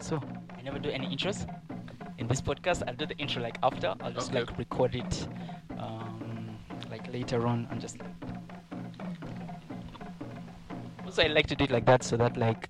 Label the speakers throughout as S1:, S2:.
S1: So I never do any intros. In this podcast, I'll do the intro like after. I'll just
S2: Okay.
S1: like record it, um, like later on, and just. Also, I like to do it like that so that like,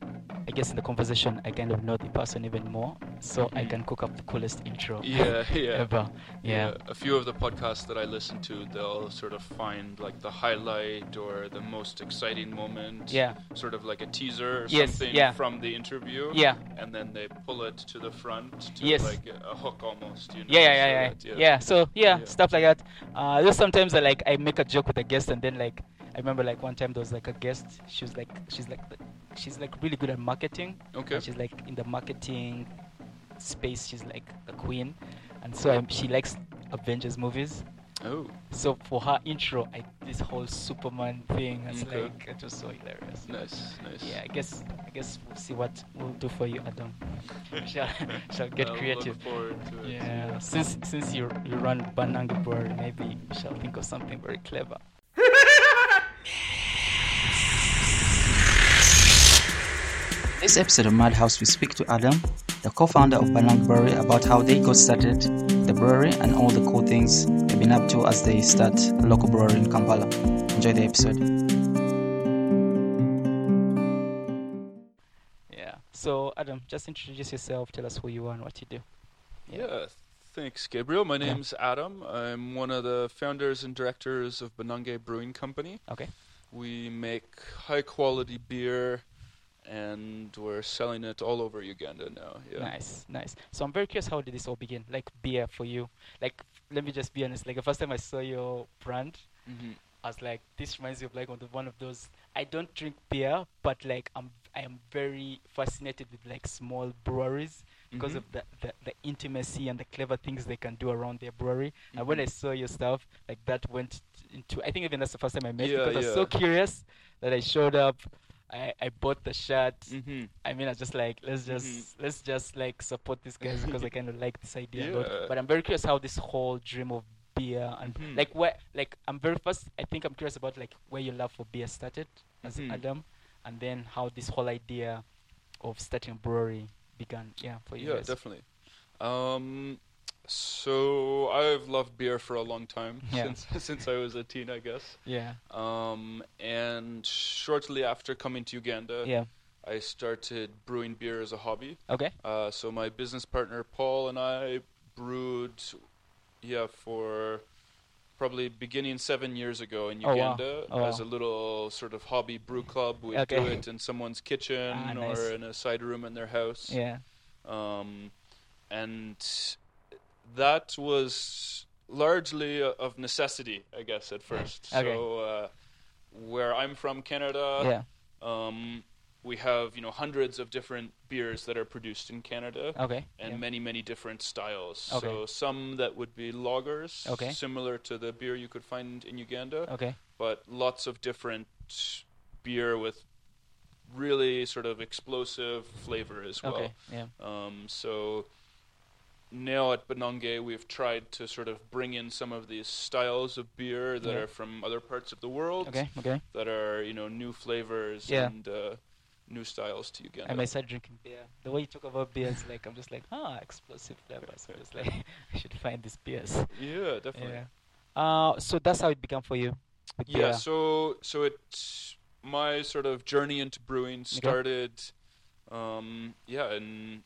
S1: I guess in the conversation, I kind of know the person even more, so I
S2: Mhm.
S1: can cook up the coolest intro.
S2: Yeah, yeah.
S1: Ever. Yeah.
S2: A few of the podcasts that I listen to, they'll sort of find like the highlight or the most exciting moment.
S1: Yeah.
S2: Sort of like a teaser or
S1: Yes,
S2: something
S1: yeah.
S2: from the interview.
S1: Yeah.
S2: And then they pull it to the front to
S1: Yes.
S2: like a hook almost, you know.
S1: yeah, yeah,
S2: so
S1: yeah, yeah,
S2: that-
S1: yeah. So yeah,
S2: Yeah.
S1: stuff like that. Uh, there's sometimes I like I make a joke with a guest, and then like I remember like one time there was like a guest. She was like she's like the- she's like really good at marketing.
S2: Okay.
S1: And she's like in the marketing space. She's like the queen, and so um, she likes Avengers movies.
S2: Oh.
S1: So for her intro, I this whole Superman thing. It's
S2: Okay.
S1: like it was so hilarious.
S2: Nice, nice.
S1: Yeah, I guess I guess we'll see what we'll do for you, Adam. shall shall get
S2: I'll
S1: creative.
S2: Look forward to it.
S1: Yeah, since since you you run Banangi Brewery, maybe we shall think of something very clever.
S3: In this episode of Madhouse, we speak to Adam, the co-founder of Banang Brewery, about how they got started, the brewery, and all the cool things they've been up to as they start a local brewery in Kampala. Enjoy the episode.
S1: Yeah. So Adam, just introduce yourself. Tell us who you are and what you do.
S2: Yeah, thanks, Gabriel. My
S1: Yeah.
S2: name's Adam. I'm one of the founders and directors of Benange Brewing Company.
S1: Okay.
S2: We make high quality beer and we're selling it all over Uganda now. Yeah.
S1: Nice, nice. So I'm very curious. How did this all begin? Like beer for you. Like let me just be honest. Like the first time I saw your brand,
S2: Mhm.
S1: I was like, this reminds me of like one of, one of those. I don't drink beer, but like I'm I am very fascinated with like small breweries because
S2: Mhm.
S1: of the, the the intimacy and the clever things they can do around their brewery. And when I
S2: Mhm.
S1: saw your stuff, like that went t- into. I think even that's the first time I met you
S2: Yeah,
S1: because I was so
S2: yeah.
S1: curious that I showed up. I, I bought the shirt.
S2: Mhm.
S1: I mean, I was just like let's just
S2: Mm-hmm.
S1: let's just like support these guys because I kind of like this idea a lot.
S2: Yeah.
S1: But I'm very curious how this whole dream of beer and
S2: Mhm.
S1: like where like I'm very first. I think I'm curious about like where your love for beer started as
S2: Mhm.
S1: Adam, and then how this whole idea of starting a brewery began. Yeah, for you
S2: Yeah,
S1: guys.
S2: definitely. Um, so I've loved beer for a long time
S1: Yeah.
S2: since since I was a teen, I guess.
S1: Yeah,
S2: Um, and shortly after coming to Uganda,
S1: yeah.
S2: I started brewing beer as a hobby.
S1: Okay.
S2: Uh, so my business partner Paul and I brewed, yeah, for probably beginning seven years ago in
S1: Oh, wow.
S2: Uganda
S1: Oh,
S2: as
S1: wow.
S2: a little sort of hobby brew club. We'd do
S1: Okay.
S2: it in someone's kitchen
S1: Ah,
S2: or
S1: nice.
S2: in a side room in their house.
S1: Yeah.
S2: Um, and that was largely o- of necessity, I guess, at first.
S1: Okay.
S2: So uh, where I'm from, Canada,
S1: yeah.
S2: um, we have you know hundreds of different beers that are produced in Canada
S1: Okay.
S2: and
S1: yeah.
S2: many many different styles.
S1: Okay.
S2: So some that would be lagers,
S1: Okay. Oh.
S2: similar to the beer you could find in Uganda,
S1: Okay.
S2: but lots of different beer with really sort of explosive flavor as well.
S1: Okay. Yeah.
S2: Um, so now at Benonge, we've tried to sort of bring in some of these styles of beer that
S1: Yeah.
S2: are from other parts of the world
S1: Okay. Okay.
S2: that are you know new flavors
S1: Yeah.
S2: and uh, new styles to Uganda.
S1: I might start drinking beer. The way you talk about beer is like I'm just like ah explosive flavors. I'm just like I should find these beers.
S2: yeah, definitely.
S1: Yeah. Uh, so that's how it began for you. with
S2: Yeah,
S1: beer.
S2: so so it my sort of journey into brewing started, um, yeah, in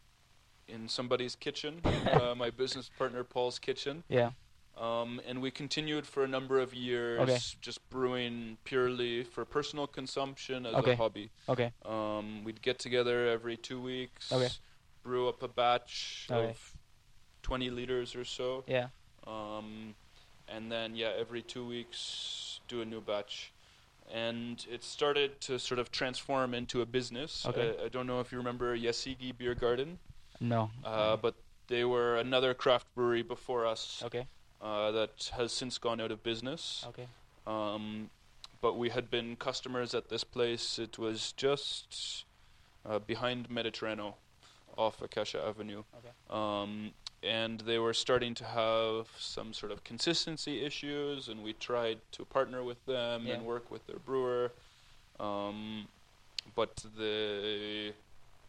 S2: in somebody's kitchen, uh, my business partner Paul's kitchen.
S1: yeah.
S2: Um, and we continued for a number of years,
S1: Okay.
S2: just brewing purely for personal consumption as
S1: Okay.
S2: a hobby.
S1: Okay.
S2: Um, we'd get together every two weeks,
S1: Okay.
S2: brew up a batch
S1: Okay.
S2: of 20 liters or so,
S1: Yeah.
S2: um, and then, yeah, every two weeks do a new batch. And it started to sort of transform into a business. Uh,
S1: Okay.
S2: I, I don't know if you remember Yasigi Beer Garden,
S1: No.
S2: uh, but they were another craft brewery before us
S1: okay.
S2: uh, that has since gone out of business.
S1: Okay.
S2: Um, but we had been customers at this place. It was just uh, behind Mediterrano, off Acacia Avenue.
S1: Okay.
S2: Um, and they were starting to have some sort of consistency issues, and we tried to partner with them
S1: Yeah.
S2: and work with their brewer. Um, but they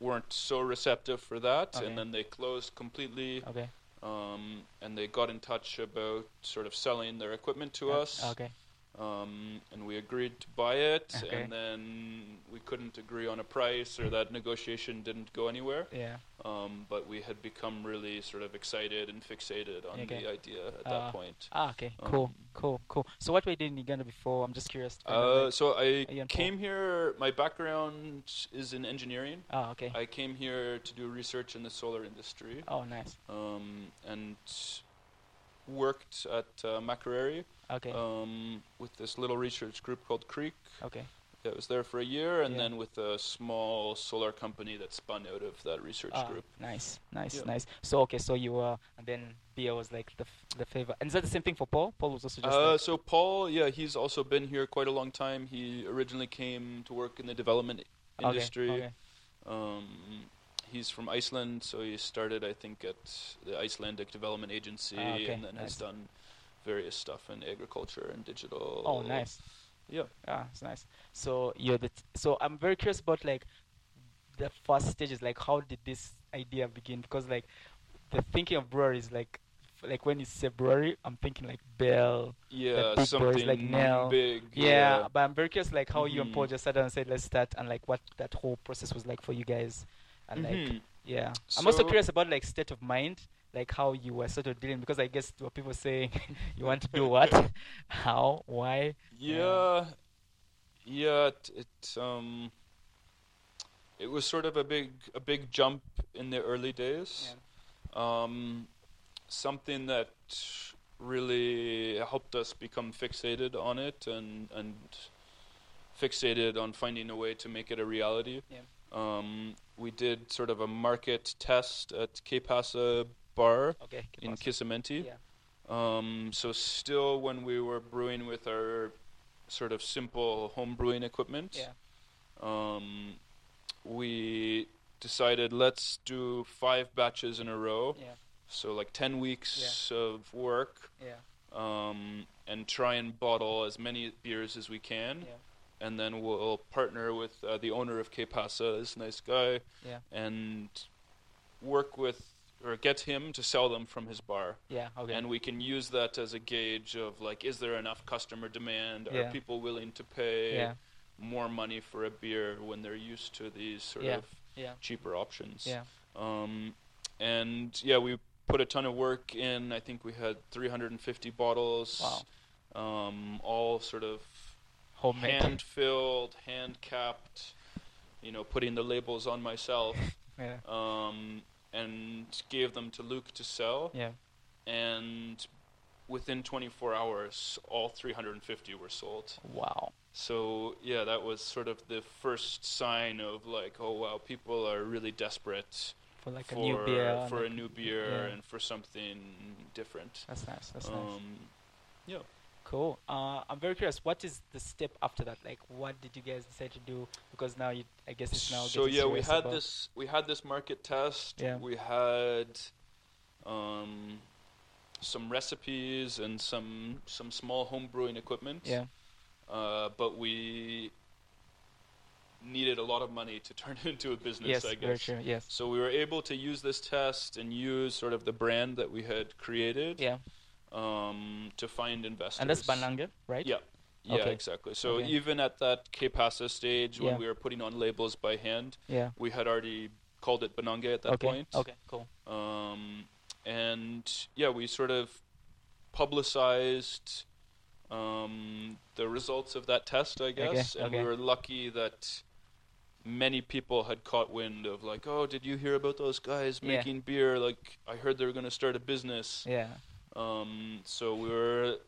S2: were weren't so receptive for that,
S1: Okay.
S2: and then they closed completely.
S1: Okay.
S2: Um, and they got in touch about sort of selling their equipment to
S1: Yeah,
S2: us.
S1: Okay.
S2: Um, and we agreed to buy it,
S1: Okay.
S2: and then we couldn't agree on a price, or that negotiation didn't go anywhere.
S1: Yeah.
S2: Um, but we had become really sort of excited and fixated on
S1: Okay.
S2: the idea at
S1: Uh,
S2: that point.
S1: Ah, okay. Cool.
S2: Um,
S1: Cool. Cool. So what were you doing in Uganda before? I'm just curious. to find out,
S2: Uh,
S1: like-
S2: so I
S1: Ian Paul.
S2: came here. My background is in engineering.
S1: ah, okay.
S2: I came here to do research in the solar industry,
S1: oh, nice.
S2: um, and worked at uh, Makerere,
S1: Okay.
S2: um, with this little research group called Creek.
S1: okay.
S2: That was there for a year, and
S1: Yeah.
S2: then with a small solar company that spun out of that research
S1: Ah,
S2: group.
S1: nice. Nice.
S2: Yeah.
S1: Nice. So okay. So you were, and then Bia was like the f- the favor. And is that the same thing for Paul? Paul was also just.
S2: Uh,
S1: like-
S2: so Paul, yeah, he's also been here quite a long time. He originally came to work in the development
S1: okay,
S2: industry.
S1: Okay.
S2: Um, he's from Iceland, so he started, I think, at the Icelandic Development Agency,
S1: Ah, okay,
S2: and then
S1: nice.
S2: has done various stuff in agriculture and digital.
S1: Oh, nice.
S2: Yeah.
S1: Ah, it's nice. So you're the. T- so I'm very curious about like the first stages. Like, how did this idea begin? Because like the thinking of brewery is like f- like when you say brewery, I'm thinking like Bell.
S2: Yeah,
S1: big boys
S2: something
S1: like Nell.
S2: big.
S1: Yeah, but I'm very curious like how you and Paul
S2: Mhm.
S1: just sat down and said let's start and like what that whole process was like for you guys, and like
S2: Mhm.
S1: yeah, I'm also
S2: So-
S1: curious about like state of mind, like how you were sort of dealing because I guess what people saying you want to do what, how, why.
S2: Yeah, yeah. It, it um, it was sort of a big a big jump in the early days. Um, something that really helped us become fixated on it and and fixated on finding a way to make it a reality.
S1: Yeah.
S2: Um, we did sort of a market test at K Pasa Bar
S1: Okay. keep
S2: in
S1: us-
S2: Kisimmenti.
S1: Yeah.
S2: Um, so still, when we were brewing with our sort of simple home brewing equipment,
S1: Yeah.
S2: um, we decided let's do five batches in a row.
S1: Yeah.
S2: So like ten weeks of work,
S1: Yeah.
S2: um, and try and bottle as many beers as we can.
S1: Yeah.
S2: And then we'll partner with uh, the owner of K Pasa, this nice guy,
S1: Yeah.
S2: and work with or get him to sell them from his bar
S1: Yeah. Okay.
S2: and we can use that as a gauge of like is there enough customer demand are
S1: Yeah.
S2: people willing to pay
S1: yeah.
S2: more money for a beer when they're used to these sort
S1: Yeah.
S2: of
S1: Yeah.
S2: cheaper options
S1: Yeah.
S2: um, and yeah we put a ton of work in i think we had 350 bottles
S1: Wow.
S2: um, all sort of
S1: Homemade.
S2: hand filled hand capped you know putting the labels on myself
S1: Yeah.
S2: um, and gave them to luke to sell
S1: Yeah.
S2: and within 24 hours, all 350 were sold.
S1: Wow.
S2: So yeah, that was sort of the first sign of like, oh wow, people are really desperate
S1: For like
S2: for
S1: a new beer.
S2: for
S1: like-
S2: a new beer
S1: yeah.
S2: and for something different.
S1: That's nice. That's nice.
S2: Um, yeah.
S1: Cool. Uh, I'm very curious. What is the step after that? Like, what did you guys decide to do? Because now you, I guess it's now.
S2: so
S1: getting
S2: yeah, we
S1: serious
S2: had
S1: about-
S2: this we had this market test.
S1: Yeah.
S2: We had um, some recipes and some some small home brewing equipment.
S1: Yeah.
S2: uh, but we needed a lot of money to turn it into a business,
S1: Yes.
S2: I
S1: Very
S2: guess.
S1: true. Yes.
S2: So we were able to use this test and use sort of the brand that we had created
S1: Yeah.
S2: um, to find investors.
S1: And that's Bananga, right?
S2: Yeah. Yeah,
S1: Okay.
S2: exactly. So
S1: Okay.
S2: even at that K-Pasa stage when
S1: Yeah.
S2: we were putting on labels by hand,
S1: Yeah.
S2: we had already called it Benanga at that
S1: okay.
S2: point.
S1: Okay. Cool.
S2: Um, and yeah, we sort of publicized um, the results of that test, I guess. and
S1: okay.
S2: we were lucky that many people had caught wind of, like, oh, did you hear about those guys
S1: Yeah.
S2: making beer? Like, I heard they were going to start a business.
S1: Yeah.
S2: Um, so we were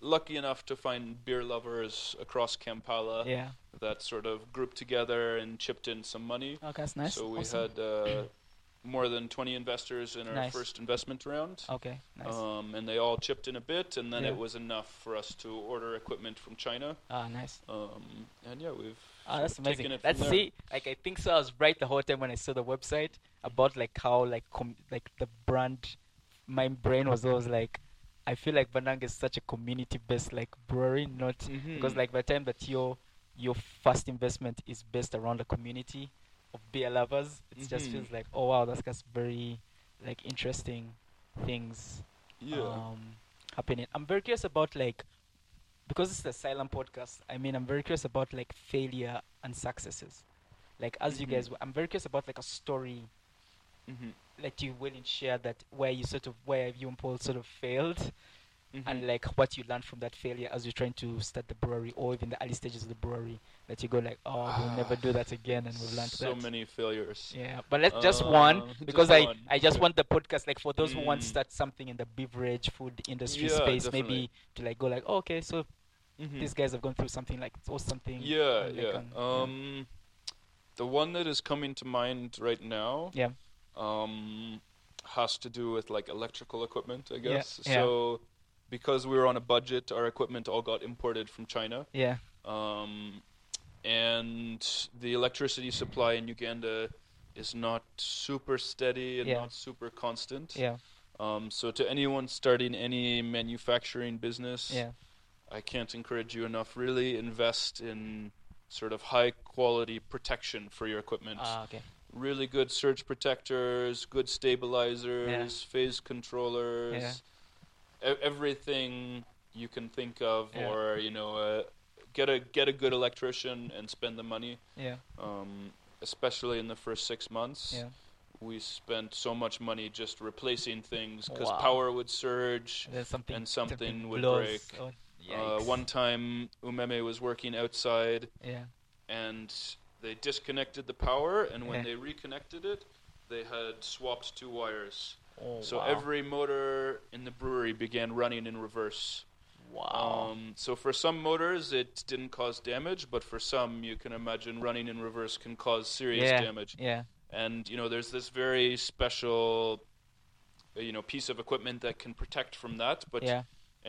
S2: lucky enough to find beer lovers across Kampala
S1: Yeah.
S2: that sort of grouped together and chipped in some money.
S1: Okay. That's nice.
S2: So we
S1: Awesome.
S2: had uh, more than 20 investors in our
S1: Nice.
S2: first investment round.
S1: Okay. Nice.
S2: Um, and they all chipped in a bit, and then
S1: Yeah.
S2: it was enough for us to order equipment from China.
S1: ah, nice.
S2: Um, and yeah, we've
S1: Ah,
S2: sort
S1: that's
S2: of taken
S1: amazing.
S2: it from
S1: That's
S2: there.
S1: see, like I think so. I was right the whole time when I saw the website about like how like com- like the brand. My brain was always like, I feel like Banang is such a community-based like brewery, not because
S2: Mhm.
S1: like by the time that your your first investment is based around the community, of beer lovers. It just
S2: Mhm.
S1: feels like, oh wow, that's just very like interesting things
S2: Yeah.
S1: um, happening. I'm very curious about like because this is a silent podcast. I mean, I'm very curious about like failure and successes. Like as you
S2: Mhm.
S1: guys, were- I'm very curious about like a story
S2: Mhm.
S1: that you willing to share that where you sort of where you and Paul sort of failed and
S2: Mhm.
S1: like what you learned from that failure as you're trying to start the brewery or even the early stages of the brewery that you go like oh we'll never do that again and we've learned
S2: Ah, so
S1: that
S2: many failures.
S1: yeah but let's just one
S2: Uh,
S1: because
S2: just
S1: i
S2: one.
S1: i just want the podcast like for those who want to
S2: Mm.
S1: start something in the beverage food industry
S2: Yeah,
S1: space
S2: definitely.
S1: maybe to like go like oh, okay so
S2: Mhm.
S1: these guys have gone through something like or something
S2: Yeah,
S1: and, like,
S2: yeah.
S1: um,
S2: Um, the one that is coming to mind right now,
S1: yeah
S2: um, has to do with like electrical equipment, I
S1: Yeah,
S2: guess.
S1: yeah.
S2: So, because we were on a budget, our equipment all got imported from China.
S1: yeah
S2: Um, and the electricity supply in Uganda is not super steady and
S1: Yeah.
S2: not super constant.
S1: yeah
S2: Um, so to anyone starting any manufacturing business,
S1: yeah
S2: I can't encourage you enough. Really invest in sort of high quality protection for your equipment.
S1: ah okay
S2: really good surge protectors, good stabilizers, phase controllers, e- everything you can think of,
S1: Yeah.
S2: or you know, uh, get a get a good electrician and spend the money.
S1: yeah
S2: Um, especially in the first six months,
S1: yeah
S2: we spent so much money just replacing things because
S1: Wow.
S2: power would surge.
S1: there's something
S2: And something would
S1: blows.
S2: break.
S1: oh,
S2: Uh,
S1: yikes.
S2: one time, Umeme was working outside
S1: yeah
S2: and they disconnected the power, and when
S1: Yeah.
S2: they reconnected it, they had swapped two wires.
S1: oh,
S2: so
S1: wow.
S2: every motor in the brewery began running in reverse.
S1: wow
S2: Um, so for some motors, it didn't cause damage, but for some, you can imagine running in reverse can cause serious
S1: yeah
S2: damage.
S1: yeah
S2: And you know, there's this very special, uh, you know, piece of equipment that can protect from that, but.
S1: yeah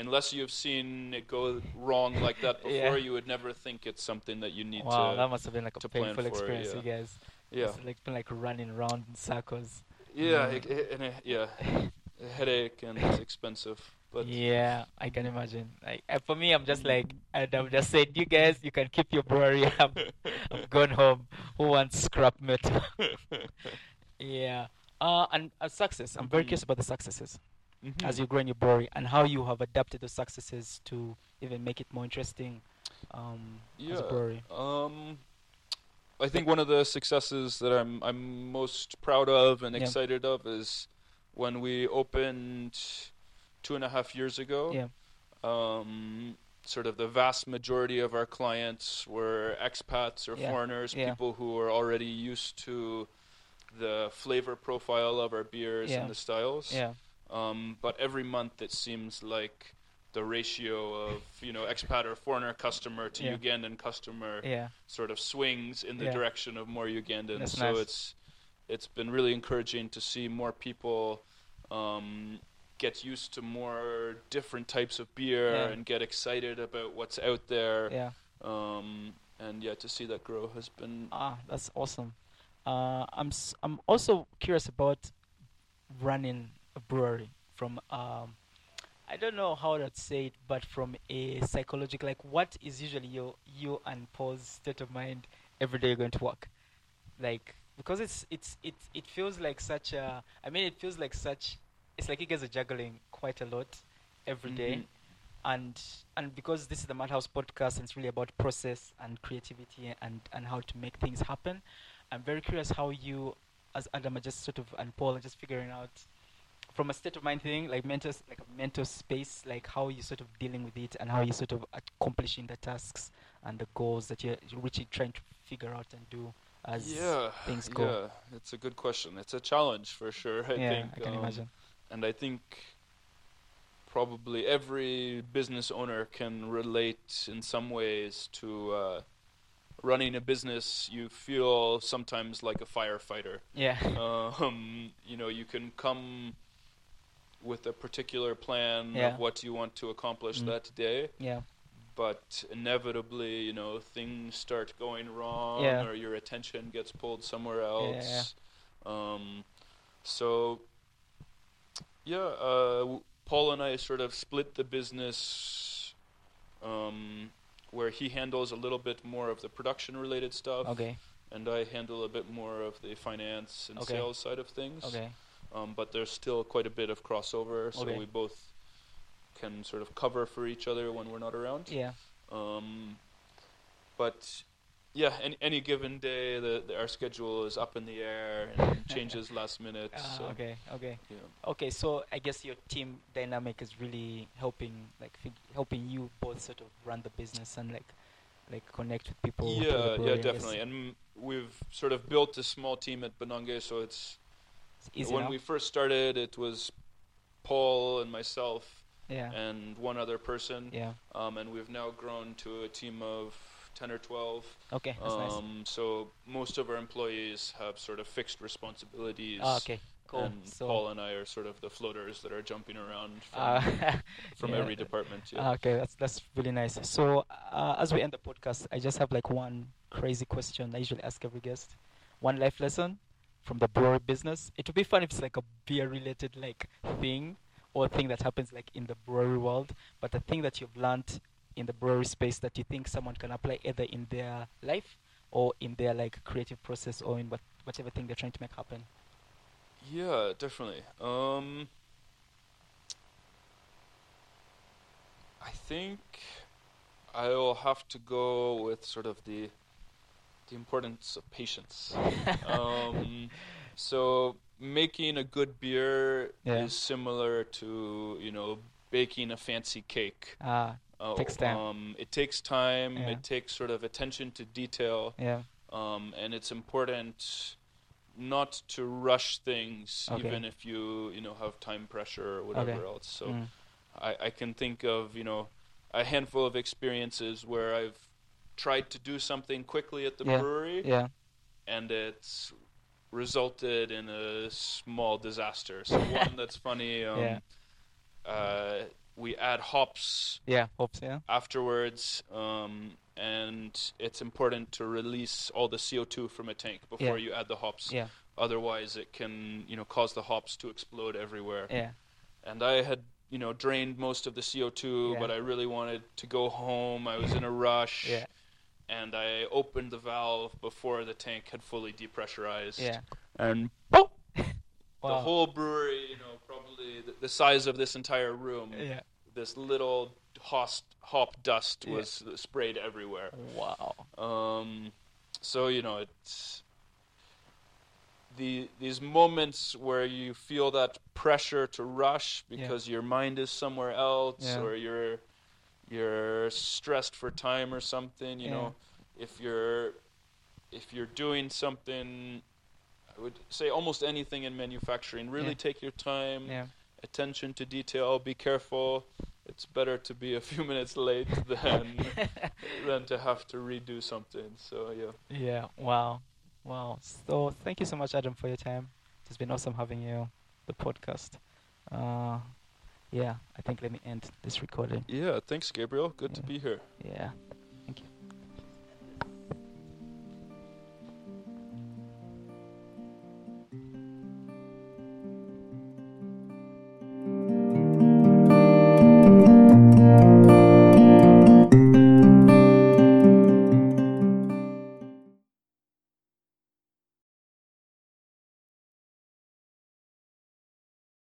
S2: Unless you've seen it go wrong like that
S1: Yeah.
S2: before, you would never think it's something that you need
S1: wow,
S2: to.
S1: that must have been like a
S2: to plan
S1: painful
S2: for,
S1: experience,
S2: yeah.
S1: you guys.
S2: yeah.
S1: It's like been like running around in circles.
S2: Yeah,
S1: Mm.
S2: it, it- and it- yeah, a headache and it's expensive. But
S1: yeah, I can imagine. Like uh, for me, I'm just like I'd have just said, you guys, you can keep your brewery. I'm, I'm going home. Who wants scrap metal? yeah. Uh, and uh, success. I'm very
S2: Mhm.
S1: curious about the successes as
S2: Mhm.
S1: you grow in your brewery and how you have adapted those successes to even make it more interesting um, as a
S2: Yeah.
S1: brewery.
S2: um, I think one of the successes that I'm I'm most proud of and
S1: Yeah.
S2: excited of is when we opened two and a half years ago.
S1: Yeah.
S2: Um, sort of the vast majority of our clients were expats or
S1: Yeah,
S2: foreigners,
S1: yeah.
S2: people who are already used to the flavor profile of our beers
S1: Yeah.
S2: and the styles.
S1: Yeah.
S2: Um, but every month it seems like the ratio of you know expat or foreigner customer to
S1: Yeah.
S2: Ugandan customer
S1: Yeah.
S2: sort of swings in the
S1: Yeah.
S2: direction of more Ugandans.
S1: That's
S2: so
S1: nice.
S2: it's it's been really encouraging to see more people um, get used to more different types of beer
S1: Yeah.
S2: and get excited about what's out there.
S1: Yeah.
S2: Um, and yeah, to see that grow has been
S1: Ah, that's awesome. Uh, I'm s- I'm also curious about running a brewery from um, I don't know how to say it, but from a psychological like what is usually your you and Paul's state of mind every day you're going to work, like because it's it's it it feels like such a I mean it feels like such it's like you guys are juggling quite a lot every day
S2: Mhm.
S1: and and because this is the Madhouse podcast and it's really about process and creativity and and how to make things happen, I'm very curious how you as Adam are just sort of and Paul are just figuring out from a state of mind thing, like mental s- like a mental space, like how you sort of dealing with it and how you sort of accomplishing the tasks and the goals that you're really trying to figure out and do as
S2: yeah
S1: things go.
S2: yeah. It's a good question. It's a challenge for sure. I
S1: Yeah,
S2: think.
S1: I can
S2: um,
S1: imagine.
S2: and I think probably every business owner can relate in some ways to uh, running a business. You feel sometimes like a firefighter.
S1: Yeah.
S2: Um, you know, you can come with a particular plan
S1: Yeah.
S2: of what you want to accomplish
S1: Mm.
S2: that day,
S1: yeah.
S2: but inevitably, you know, things start going wrong
S1: Yeah.
S2: or your attention gets pulled somewhere
S1: yeah,
S2: else. Um, so, yeah, uh, w- Paul and I sort of split the business um, where he handles a little bit more of the production related stuff
S1: Okay.
S2: and I handle a bit more of the finance and
S1: Okay.
S2: sales side of things.
S1: Okay.
S2: Um, but there's still quite a bit of crossover, so
S1: Okay.
S2: we both can sort of cover for each other when we're not around.
S1: Yeah.
S2: Um, but yeah, any, any given day, the, the our schedule is up in the air and changes last minute.
S1: Ah,
S2: so,
S1: okay. Okay.
S2: yeah.
S1: Okay. So I guess your team dynamic is really helping, like fig- helping you both sort of run the business and like, like connect with people. through the
S2: Yeah,
S1: brewery,
S2: yeah,
S1: I guess.
S2: definitely. And we've sort of built a small team at Benonge, so it's
S1: It's easy
S2: when
S1: now?
S2: we first started, it was Paul and myself
S1: Yeah.
S2: and one other person,
S1: Yeah.
S2: um, and we've now grown to a team of ten or twelve.
S1: Okay. That's nice.
S2: Um, So most of our employees have sort of fixed responsibilities.
S1: Ah, okay. Cool.
S2: And
S1: so.
S2: Paul and I are sort of the floaters that are jumping around from,
S1: uh,
S2: from
S1: yeah.
S2: every department. Yeah.
S1: Ah, Okay, that's that's really nice. So, uh, as we end the podcast, I just have like one crazy question I usually ask every guest. One life lesson from the brewery business. It would be fun if it's like a beer related like thing or thing that happens like in the brewery world, but the thing that you've learned in the brewery space that you think someone can apply either in their life or in their like creative process or in what whatever thing they're trying to make happen.
S2: Yeah, definitely. Um, I think I'll have to go with sort of the the importance of patience. um, so making a good beer
S1: Yeah.
S2: is similar to, you know, baking a fancy cake.
S1: Ah,
S2: Uh,
S1: Takes time.
S2: Um, it takes time.
S1: Yeah.
S2: It takes sort of attention to detail
S1: yeah.
S2: um, and it's important not to rush things,
S1: Okay.
S2: even if you you know have time pressure or whatever
S1: Okay.
S2: else. So
S1: Mm.
S2: I, I can think of you know a handful of experiences where I've tried to do something quickly at the
S1: Yeah.
S2: brewery,
S1: Yeah.
S2: and it's resulted in a small disaster. So one that's funny. Um,
S1: Yeah.
S2: uh, we add hops
S1: Yeah. Hopes. Yeah.
S2: afterwards, um, and it's important to release all the CO2 from a tank before you add the hops.
S1: Yeah.
S2: Otherwise, it can you know cause the hops to explode everywhere.
S1: Yeah.
S2: And I had you know drained most of the CO2,
S1: Yeah.
S2: but I really wanted to go home. I was in a rush.
S1: Yeah.
S2: And I opened the valve before the tank had fully depressurized.
S1: Yeah.
S2: And boom! The
S1: Wow.
S2: whole brewery, you know, probably the, the size of this entire room,
S1: Yeah.
S2: this little host, hop dust
S1: Yeah.
S2: was sprayed everywhere.
S1: Wow.
S2: Um, so you know it's the these moments where you feel that pressure to rush
S1: Yeah.
S2: because your mind is somewhere else
S1: Yeah.
S2: or you're you're stressed for time or something. You
S1: Yeah.
S2: know, if you're if you're doing something, I would say almost anything in manufacturing. Really
S1: Yeah.
S2: take your time
S1: Yeah.
S2: attention to detail, be careful. It's better to be a few minutes late than than to have to redo something. So yeah.
S1: Yeah, wow. Wow. So thank you so much, Adam, for your time. It's been awesome having you the podcast. Uh yeah, I think let me end this recording.
S2: Yeah, thanks Gabriel. Good
S1: to
S2: to
S1: Yeah.
S2: be here.
S1: Yeah.